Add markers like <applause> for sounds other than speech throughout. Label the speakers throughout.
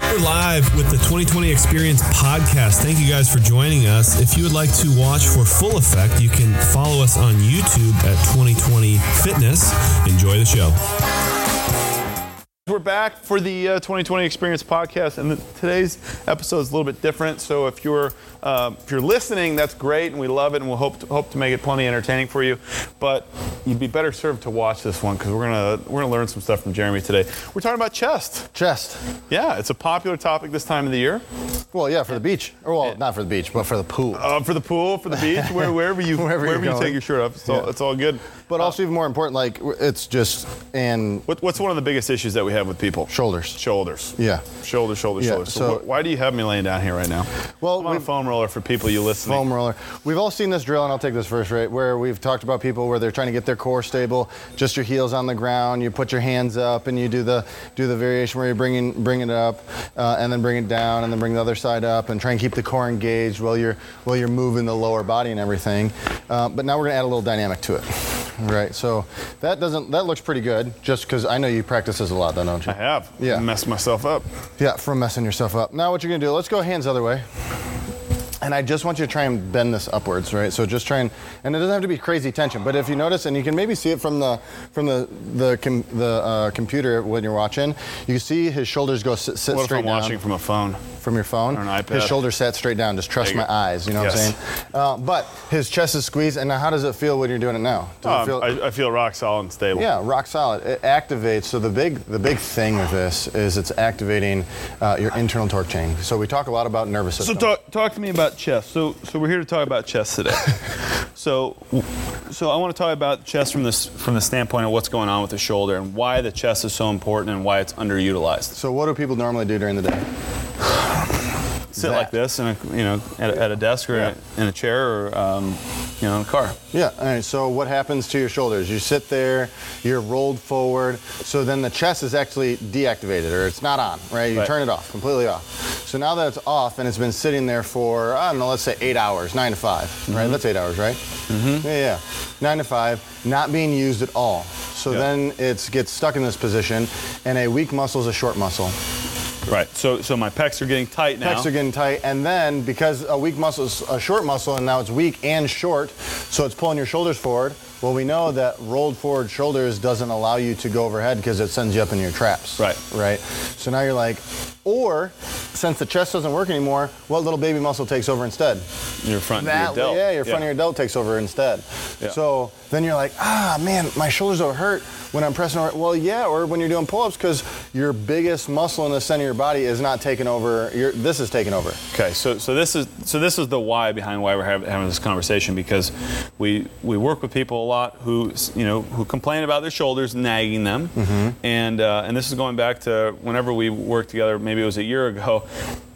Speaker 1: We're live with the 2020 Experience podcast. Thank you guys for joining us. If you would like to watch for full effect, you can follow us on YouTube at 2020 Fitness. Enjoy the show.
Speaker 2: We're back for the uh, 2020 Experience podcast, and the, today's episode is a little bit different. So if you're uh, if you're listening, that's great, and we love it, and we'll hope to, hope to make it plenty entertaining for you. But you'd be better served to watch this one because we're gonna we're gonna learn some stuff from Jeremy today. We're talking about chest.
Speaker 3: Chest.
Speaker 2: Yeah, it's a popular topic this time of the year
Speaker 3: Well, yeah, for the beach. Or, well, not for the beach, but for the pool.
Speaker 2: uh, for the pool, for the beach,
Speaker 3: <laughs>
Speaker 2: where, wherever you
Speaker 3: Wherever
Speaker 2: wherever,
Speaker 3: you're
Speaker 2: you
Speaker 3: going.
Speaker 2: take your shirt off. It's all,
Speaker 3: Yeah.
Speaker 2: it's all good.
Speaker 3: but also, even more important, like, w- it's just, and
Speaker 2: What, what's one of the biggest issues that we have with people?
Speaker 3: shoulders.
Speaker 2: Shoulders.
Speaker 3: Yeah.
Speaker 2: Shoulder, shoulder,
Speaker 3: Yeah,
Speaker 2: shoulder. So,
Speaker 3: so-
Speaker 2: wh- why do you have me laying down here right now?
Speaker 3: Well,
Speaker 2: I'm on a
Speaker 3: Oh, we've-
Speaker 2: foam roller for people you listening.
Speaker 3: Foam roller. We've all seen this drill, and I'll take this first, right? Where we've talked about people where they're trying to get their core stable, just your heels on the ground. You put your hands up, and you do the do the variation where you bring in, bring it up, uh, and then bring it down, and then bring the other side up, and try and keep the core engaged while you're while you're moving the lower body and everything. Uh, but now we're gonna add a little dynamic to it, right? So that doesn't that looks pretty good, just because I know you practice this a lot, though, don't you?
Speaker 2: I have.
Speaker 3: Yeah.
Speaker 2: Messed myself up.
Speaker 3: Yeah, from messing yourself up. Now what you're gonna do? Let's go hands other way. And I just want you to try and bend this upwards, right? So just try and, and it doesn't have to be crazy tension. But if you notice, and you can maybe see it from the from the the com, the uh, computer when you're watching, you can see his shoulders go sit, sit
Speaker 2: What if
Speaker 3: straight
Speaker 2: I'm
Speaker 3: down
Speaker 2: watching from a phone?
Speaker 3: from your phone.
Speaker 2: Or an iPad.
Speaker 3: His shoulders sat straight down. Just trust
Speaker 2: There you
Speaker 3: my
Speaker 2: go.
Speaker 3: eyes. You know what I'm
Speaker 2: Yes.
Speaker 3: saying? Uh, but his chest is squeezed. And now, how does it feel when you're doing it now? Does it
Speaker 2: Um, I, I feel rock solid and stable.
Speaker 3: yeah, rock solid. It activates. So the big the big thing with this is it's activating uh, your internal torque chain. So we talk a lot about nervous
Speaker 2: So
Speaker 3: system.
Speaker 2: talk, talk to me about chest. So so we're here to talk about chest
Speaker 3: <laughs>
Speaker 2: today. so so I want to talk about chest from this from the standpoint of what's going on with the shoulder and why the chest is so important and why it's underutilized.
Speaker 3: so what do people normally do during the day?
Speaker 2: Sit
Speaker 3: That.
Speaker 2: like this in a you know at a, at a desk or in a chair or um, you know in a car.
Speaker 3: Yeah. All right. So what happens to your shoulders? You sit there, you're rolled forward. So then the chest is actually deactivated, or it's not on, right? You
Speaker 2: Right.
Speaker 3: turn it off, completely off. So now that it's off and it's been sitting there for I don't know, let's say eight hours, nine to 5 right? That's eight hours, right? Mm-hmm. Yeah, yeah. Nine to five, not being used at all. So
Speaker 2: Yeah.
Speaker 3: then it gets stuck in this position, and a weak muscle is a short muscle.
Speaker 2: Right. So so my pecs are getting tight now.
Speaker 3: Pecs are getting tight, and then because a weak muscle is a short muscle, and now it's weak and short, so it's pulling your shoulders forward. Well, we know that rolled forward shoulders doesn't allow you to go overhead because it sends you up in your traps.
Speaker 2: Right.
Speaker 3: Right. So now you're like, or since the chest doesn't work anymore, what little baby muscle takes over instead?
Speaker 2: your front
Speaker 3: That,
Speaker 2: your delt.
Speaker 3: yeah, your front of your delt takes over instead.
Speaker 2: Yeah.
Speaker 3: So then you're like, ah, man, my shoulders are hurt when I'm pressing over. Well, yeah, or when you're doing pull-ups, because your biggest muscle in the center of your body is not taking over. Your, this is taking over.
Speaker 2: Okay, so so this is so this is the why behind why we're hav- having this conversation because we we work with people a lot who s- you know who complain about their shoulders nagging them, and uh, and this is going back to whenever we worked together. Maybe it was a year ago.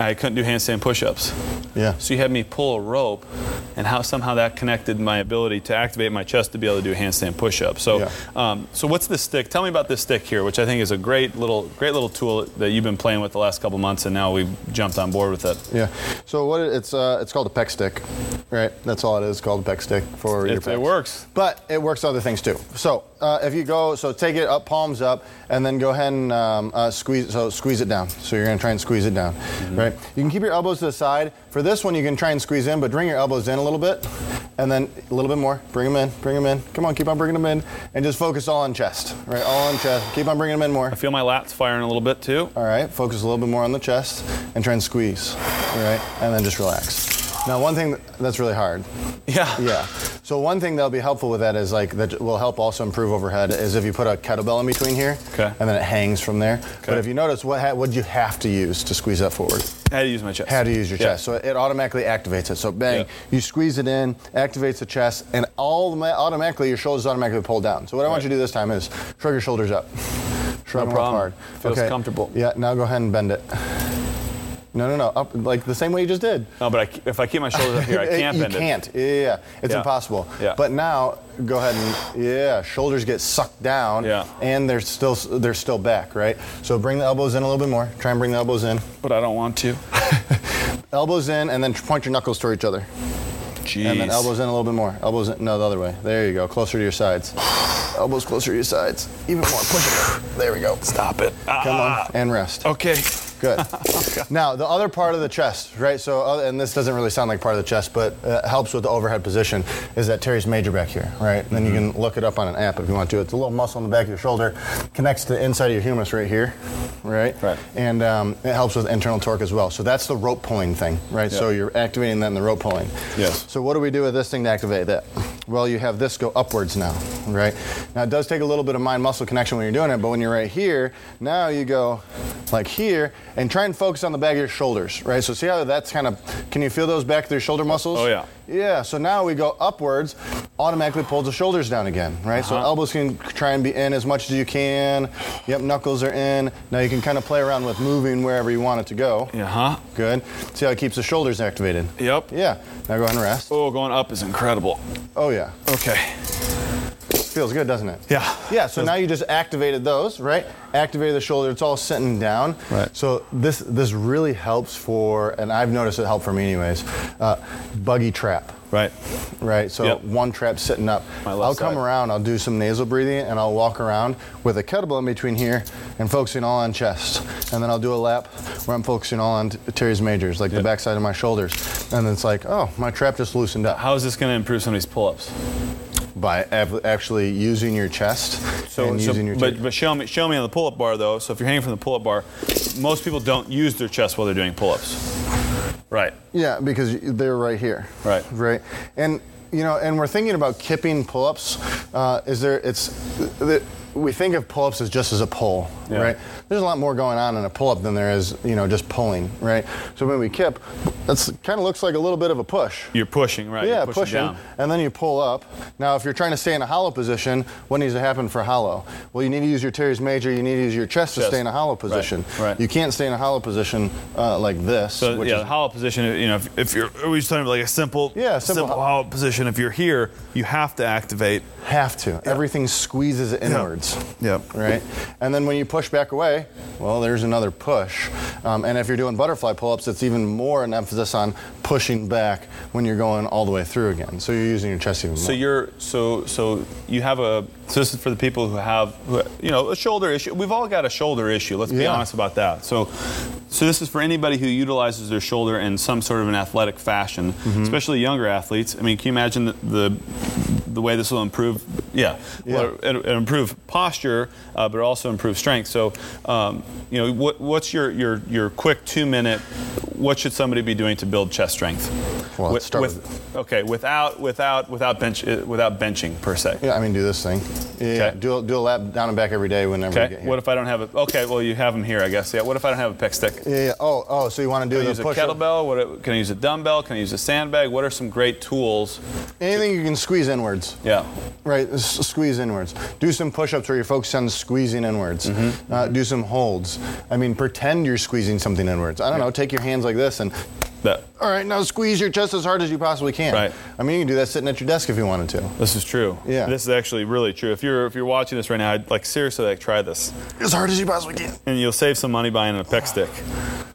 Speaker 2: I couldn't do handstand push-ups,
Speaker 3: Yeah.
Speaker 2: so you had me pull a rope, and how somehow that connected my ability to activate my chest to be able to do handstand push-ups. So
Speaker 3: Yeah.
Speaker 2: um, so what's this stick? Tell me about this stick here, which I think is a great little great little tool that you've been playing with the last couple months, and now we've jumped on board with it.
Speaker 3: Yeah. So what it- it's uh, it's called a pec stick, right? That's all it is. Called a pec stick for your
Speaker 2: It- it
Speaker 3: pecs.
Speaker 2: works.
Speaker 3: But it works other things too. So uh, if you go, so take it up, palms up, and then go ahead and um, uh, squeeze. So squeeze it down. So you're gonna try and squeeze it down, right? You can keep your elbows to the side. For this one, you can try and squeeze in, but bring your elbows in a little bit, and then a little bit more. Bring them in. Bring them in. Come on, keep on bringing them in, and just focus all on chest, right? All on chest. Keep on bringing them in more.
Speaker 2: I feel my lats firing a little bit too.
Speaker 3: All right, focus a little bit more on the chest and try and squeeze. All right, and then just relax. Now, one thing that's really hard.
Speaker 2: Yeah.
Speaker 3: Yeah. So one thing that'll be helpful with that is like that will help also improve overhead is if you put a kettlebell in between here,
Speaker 2: Okay.
Speaker 3: and then it hangs from there.
Speaker 2: Okay.
Speaker 3: But if you notice, what ha- would you have to use to squeeze that forward?
Speaker 2: How to use my chest.
Speaker 3: How to use your
Speaker 2: Yeah.
Speaker 3: chest. So it automatically activates it. So bang,
Speaker 2: Yeah.
Speaker 3: you squeeze it in, activates the chest, and all the- automatically your shoulders automatically pull down. So what I want
Speaker 2: Right.
Speaker 3: you to do this time is shrug your shoulders up. Shrug
Speaker 2: No
Speaker 3: them up
Speaker 2: problem.
Speaker 3: hard.
Speaker 2: Feels comfortable.
Speaker 3: Yeah. Now go ahead and bend it. No, no, no. Up like the same way you just did.
Speaker 2: No, but I, ke- if I keep my shoulders up <laughs> here, I can't
Speaker 3: <laughs> you
Speaker 2: bend it.
Speaker 3: can't. Yeah, yeah, yeah. It's
Speaker 2: Yeah.
Speaker 3: impossible.
Speaker 2: Yeah.
Speaker 3: But now, go ahead and yeah, shoulders get sucked down.
Speaker 2: Yeah.
Speaker 3: And they're still they're still back, right? So bring the elbows in a little bit more. Try and bring the elbows in.
Speaker 2: But I don't want to.
Speaker 3: Elbows in, and then point your knuckles toward each other.
Speaker 2: Jeez.
Speaker 3: And then elbows in a little bit more. Elbows in, no, the other way. There you go. Closer to your sides. elbows closer to your sides. Even more. Push it. There we go.
Speaker 2: Stop it. Ah.
Speaker 3: Come on. And rest.
Speaker 2: Okay.
Speaker 3: Good. <laughs> now the other part of the chest, right? So, uh, and this doesn't really sound like part of the chest, but uh, helps with the overhead position. Is that Terry's major back here, right? And then you can look it up on an app if you want to. It's a little muscle in the back of your shoulder, connects to the inside of your humerus right here, right?
Speaker 4: Right.
Speaker 3: And um, it helps with internal torque as well. So that's the rope pulling thing, right?
Speaker 4: Yeah.
Speaker 3: So you're activating that in the rope pulling.
Speaker 4: Yes.
Speaker 3: So what do we do with this thing to activate that? Well, you have this go upwards now, right? Now it does take a little bit of mind-muscle connection when you're doing it, but when you're right here, now you go like here and try and focus on the back of your shoulders, right? So see how that's kind of, can you feel those back of your shoulder muscles?
Speaker 2: Oh, yeah.
Speaker 3: Yeah, so now we go upwards, automatically pulls the shoulders down again, right?
Speaker 2: Uh-huh.
Speaker 3: So elbows can try and be in as much as you can. Yep, knuckles are in. Now you can kind of play around with moving wherever you want it to go.
Speaker 2: Yeah, huh?
Speaker 3: Good. See how it keeps the shoulders activated?
Speaker 2: Uh-huh. Yep.
Speaker 3: Yeah. Now go ahead and rest.
Speaker 2: Oh, going up is incredible.
Speaker 3: Oh, yeah.
Speaker 2: Okay.
Speaker 3: Feels good, doesn't it?
Speaker 2: Yeah.
Speaker 3: Yeah, so now you just activated those, right? Activated the shoulder, it's all sitting down.
Speaker 2: Right.
Speaker 3: So this this really helps for, and I've noticed it helped for me anyways, uh, buggy trap,
Speaker 2: Right.
Speaker 3: right? So
Speaker 2: Yep.
Speaker 3: one trap sitting up.
Speaker 2: My left
Speaker 3: I'll come
Speaker 2: side.
Speaker 3: around, I'll do some nasal breathing, and I'll walk around with a kettlebell in between here and focusing all on chest. And then I'll do a lap where I'm focusing all on t- Terry's majors, like
Speaker 2: Yep.
Speaker 3: the backside of my shoulders. And it's like, oh, my trap just loosened up.
Speaker 2: How is this going to improve somebody's pull-ups?
Speaker 3: by ab- actually using your chest and using your
Speaker 2: but, but show me, show me on the pull-up bar though. So if you're hanging from the pull-up bar, most people don't use their chest while they're doing pull-ups. Right.
Speaker 3: yeah because y- they're right here
Speaker 2: Right.
Speaker 3: right and you know and we're thinking about kipping pull-ups uh, is there it's the, we think of pull-ups as just as a pull
Speaker 2: Yeah.
Speaker 3: right there's a lot more going on in a pull-up than there is you know just pulling right so when we kip that's kind of looks like a little bit of a push
Speaker 2: You're pushing, right?
Speaker 3: Yeah,
Speaker 2: you're pushing.
Speaker 3: pushing,
Speaker 2: down.
Speaker 3: and then you pull up. Now, if you're trying to stay in a hollow position, what needs to happen for hollow? Well, you need to use your teres major. You need to use your chest, to
Speaker 2: Chest.
Speaker 3: stay in a hollow
Speaker 2: Right,
Speaker 3: position.
Speaker 2: right.
Speaker 3: You can't stay in a hollow position uh, like this.
Speaker 2: So
Speaker 3: which
Speaker 2: yeah,
Speaker 3: is-
Speaker 2: the hollow position. You know, if, if you're are we just talking about like a simple,
Speaker 3: Yeah, simple-
Speaker 2: hollow position. If you're here, you have to activate.
Speaker 3: have to. Everything squeezes inwards.
Speaker 2: Yeah.
Speaker 3: Right? And then when you push back away, well, there's another push. Um, and if you're doing butterfly pull ups, it's even more an emphasis on pushing back when you're going all the way through again. So you're using your chest even more.
Speaker 2: So you're so so you have a. So this is for the people who have who, you know a shoulder issue. We've all got a shoulder issue. Let's be
Speaker 3: Yeah.
Speaker 2: honest about that. So so this is for anybody who utilizes their shoulder in some sort of an athletic fashion,
Speaker 3: Mm-hmm.
Speaker 2: especially younger athletes. I mean, can you imagine the the, the way this will improve? Yeah,
Speaker 3: Yeah.
Speaker 2: Well, it, it improve posture, uh, but also improve strength. So um, you know what what's your your your quick two minute? What should somebody be doing to build chest strength?
Speaker 3: Well,
Speaker 2: With-
Speaker 3: let's start with-
Speaker 2: with, okay, without without without bench uh, without benching per se.
Speaker 3: Yeah, I mean, do this thing. Yeah,
Speaker 2: Okay.
Speaker 3: do, a, do a lap down and back every day whenever you get
Speaker 2: Okay.
Speaker 3: here.
Speaker 2: What if I don't have a? Okay. Well, you have them here, I guess. Yeah. What if I don't have a pick stick? Can
Speaker 3: yeah, yeah. Oh, oh, so you want to do
Speaker 2: I
Speaker 3: the
Speaker 2: use a
Speaker 3: push-up?
Speaker 2: kettlebell? What, can I use a dumbbell? Can I use a sandbag? What are some great tools?
Speaker 3: Anything you can squeeze inwards.
Speaker 2: Yeah.
Speaker 3: Right, s- squeeze inwards. Do some push-ups where you're focused on squeezing inwards. Uh, do some holds. I mean, pretend you're squeezing something inwards. I don't know. Take your hands like this and,
Speaker 2: That.
Speaker 3: all right, now squeeze your chest as hard as you possibly can.
Speaker 2: Right.
Speaker 3: I mean, you can do that sitting at your desk if you wanted to.
Speaker 2: This is true.
Speaker 3: Yeah.
Speaker 2: This is actually really true. If you're if you're watching this right now, I'd like seriously like try this,
Speaker 3: As hard as you possibly can.
Speaker 2: and you'll save some money buying a pick stick.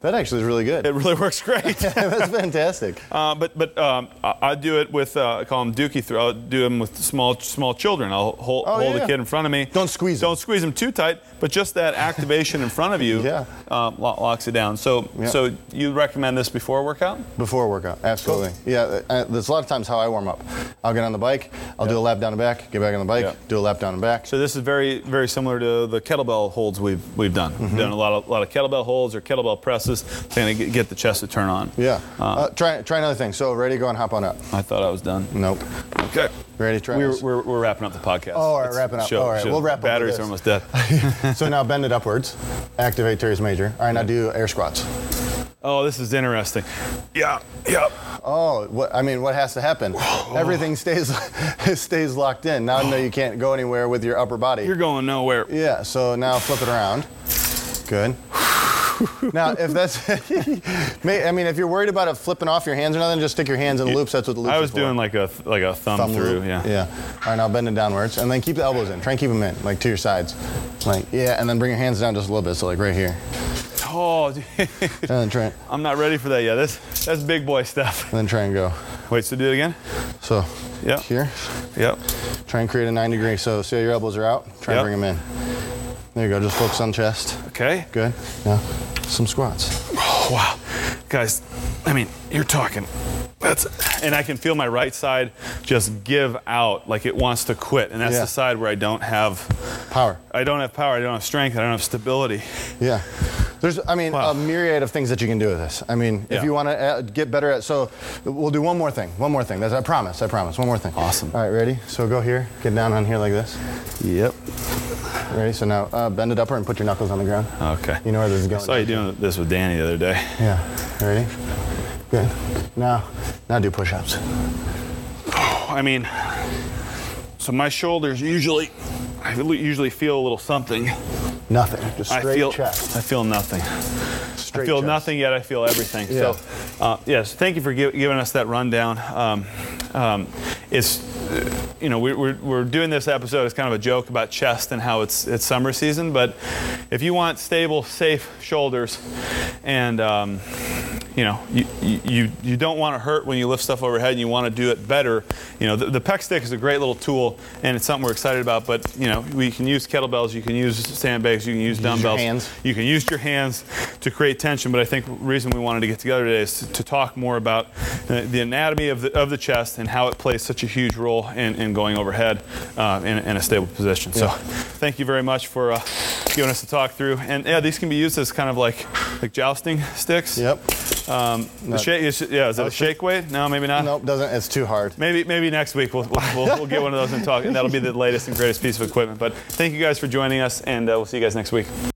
Speaker 3: That actually is really
Speaker 2: It
Speaker 3: good.
Speaker 2: really <laughs> works great.
Speaker 3: <laughs> That's fantastic.
Speaker 2: Uh, but but um, I, I do it with uh, I call them dookie. Th- I'll do them with small small children. I'll hold,
Speaker 3: Oh,
Speaker 2: hold
Speaker 3: yeah,
Speaker 2: the
Speaker 3: yeah.
Speaker 2: kid in front of me.
Speaker 3: Don't squeeze 'em.
Speaker 2: Don't squeeze them too tight. But just that activation in front of you
Speaker 3: Yeah.
Speaker 2: um, lo- locks it down. So
Speaker 3: Yeah.
Speaker 2: so you recommend this before a workout?
Speaker 3: Before a workout, absolutely. Yeah, uh, there's a lot of times how I warm up. I'll get on the bike, I'll do a lap down and back, get back on the bike,
Speaker 2: Yeah.
Speaker 3: do a lap down and back.
Speaker 2: So this is very very similar to the kettlebell holds we've we've done.
Speaker 3: Mm-hmm.
Speaker 2: Done a lot of lot of kettlebell holds or kettlebell presses, trying to get, get the chest to turn on.
Speaker 3: yeah.
Speaker 2: Uh,
Speaker 3: uh, try try another thing. So ready, go and hop on up.
Speaker 2: I thought I was done.
Speaker 3: Nope.
Speaker 2: Okay.
Speaker 3: Ready, try.
Speaker 2: We're,
Speaker 3: this.
Speaker 2: we're, we're wrapping up the podcast.
Speaker 3: Oh, all right,
Speaker 2: It's-
Speaker 3: wrapping up.
Speaker 2: show-
Speaker 3: All right,
Speaker 2: show-
Speaker 3: we'll wrap up with
Speaker 2: Batteries
Speaker 3: this.
Speaker 2: are almost
Speaker 3: <laughs>
Speaker 2: dead.
Speaker 3: so now bend it upwards. Activate Terry's major. All right, now do air squats.
Speaker 2: Oh, this is interesting. Yeah, yeah.
Speaker 3: Oh, what, I mean, what has to happen? Everything stays <laughs> stays locked in. Now no, you can't go anywhere with your upper body.
Speaker 2: You're going nowhere.
Speaker 3: Yeah, so now flip it around. Good. now, if that's, <laughs> May- I mean, if you're worried about it flipping off your hands or nothing, just stick your hands in loops. That's what the loops
Speaker 2: I
Speaker 3: are
Speaker 2: was
Speaker 3: for.
Speaker 2: doing like a like a thumb,
Speaker 3: Thumb
Speaker 2: through.
Speaker 3: loop.
Speaker 2: Yeah.
Speaker 3: Yeah. All right, now bend it downwards, and then keep the elbows in. Try and keep them in, like to your sides. Like yeah, and then bring your hands down just a little bit, so like right here.
Speaker 2: Oh, dude.
Speaker 3: And then try, and
Speaker 2: I'm not ready for that yet. This that's big boy stuff. <laughs>
Speaker 3: then try and go.
Speaker 2: Wait, so do it again.
Speaker 3: So
Speaker 2: Yeah.
Speaker 3: here,
Speaker 2: Yep.
Speaker 3: try and create a nine degree. So see how your elbows are out. Try
Speaker 2: Yep.
Speaker 3: and bring them in. There you go. Just focus on chest.
Speaker 2: Okay.
Speaker 3: Good. Yeah. some squats.
Speaker 2: Oh, wow. Guys, I mean, you're talking. That's and I can feel my right side just give out like it wants to quit, and that's
Speaker 3: Yeah.
Speaker 2: the side where I don't have
Speaker 3: Power.
Speaker 2: I don't have power, I don't have strength, I don't have stability.
Speaker 3: Yeah. There's, I mean,
Speaker 2: Wow.
Speaker 3: a myriad of things that you can do with this. I mean,
Speaker 2: Yeah.
Speaker 3: if you want to uh, get better at, so we'll do one more thing. One more thing. That's, I promise. I promise. One more thing.
Speaker 2: Awesome.
Speaker 3: All right, ready? So go here. Get down on here like this.
Speaker 2: Yep.
Speaker 3: Ready? So now uh, bend it upper and put your knuckles on the ground.
Speaker 2: Okay.
Speaker 3: You know where this is going.
Speaker 2: I saw you doing this with Danny the other day.
Speaker 3: Yeah. Ready? Good. Now, now do push-ups.
Speaker 2: I mean, so my shoulders usually, I usually feel a little something.
Speaker 3: Nothing. Just straight
Speaker 2: I feel,
Speaker 3: chest.
Speaker 2: I feel nothing.
Speaker 3: Straight
Speaker 2: I feel
Speaker 3: chest.
Speaker 2: nothing yet. I feel everything.
Speaker 3: Yeah.
Speaker 2: So, uh, yes, thank you for gi- giving us that rundown. Um, um, it's, uh, you know, we, we're, we're doing this episode as kind of a joke about chest and how it's it's summer season. But if you want stable, safe shoulders, and um, you know, you, you- you you don't want to hurt when you lift stuff overhead, and you want to do it better. You know, the, the pec stick is a great little tool, and it's something we're excited about. But you know, we can use kettlebells, you can use sandbags, you can use
Speaker 3: your
Speaker 2: dumbbells.
Speaker 3: hands.
Speaker 2: You can use your hands to create tension, but I think the reason we wanted to get together today is to, to talk more about uh, the anatomy of the, of the chest and how it plays such a huge role in, in going overhead uh, in, in a stable position. So,
Speaker 3: Yeah.
Speaker 2: thank you very much for uh, giving us a talk through. And yeah, these can be used as kind of like like jousting sticks.
Speaker 3: Yep.
Speaker 2: Um, the
Speaker 3: Not-
Speaker 2: shake, is, yeah, is that a
Speaker 3: was-
Speaker 2: shake weight? No, maybe not.
Speaker 3: Nope. Doesn't. It's too hard.
Speaker 2: Maybe maybe next week we'll, we'll, we'll, we'll get one of those and talk, and that'll be the latest and greatest piece of equipment. But thank you guys for joining us, and uh, we'll see you guys next week.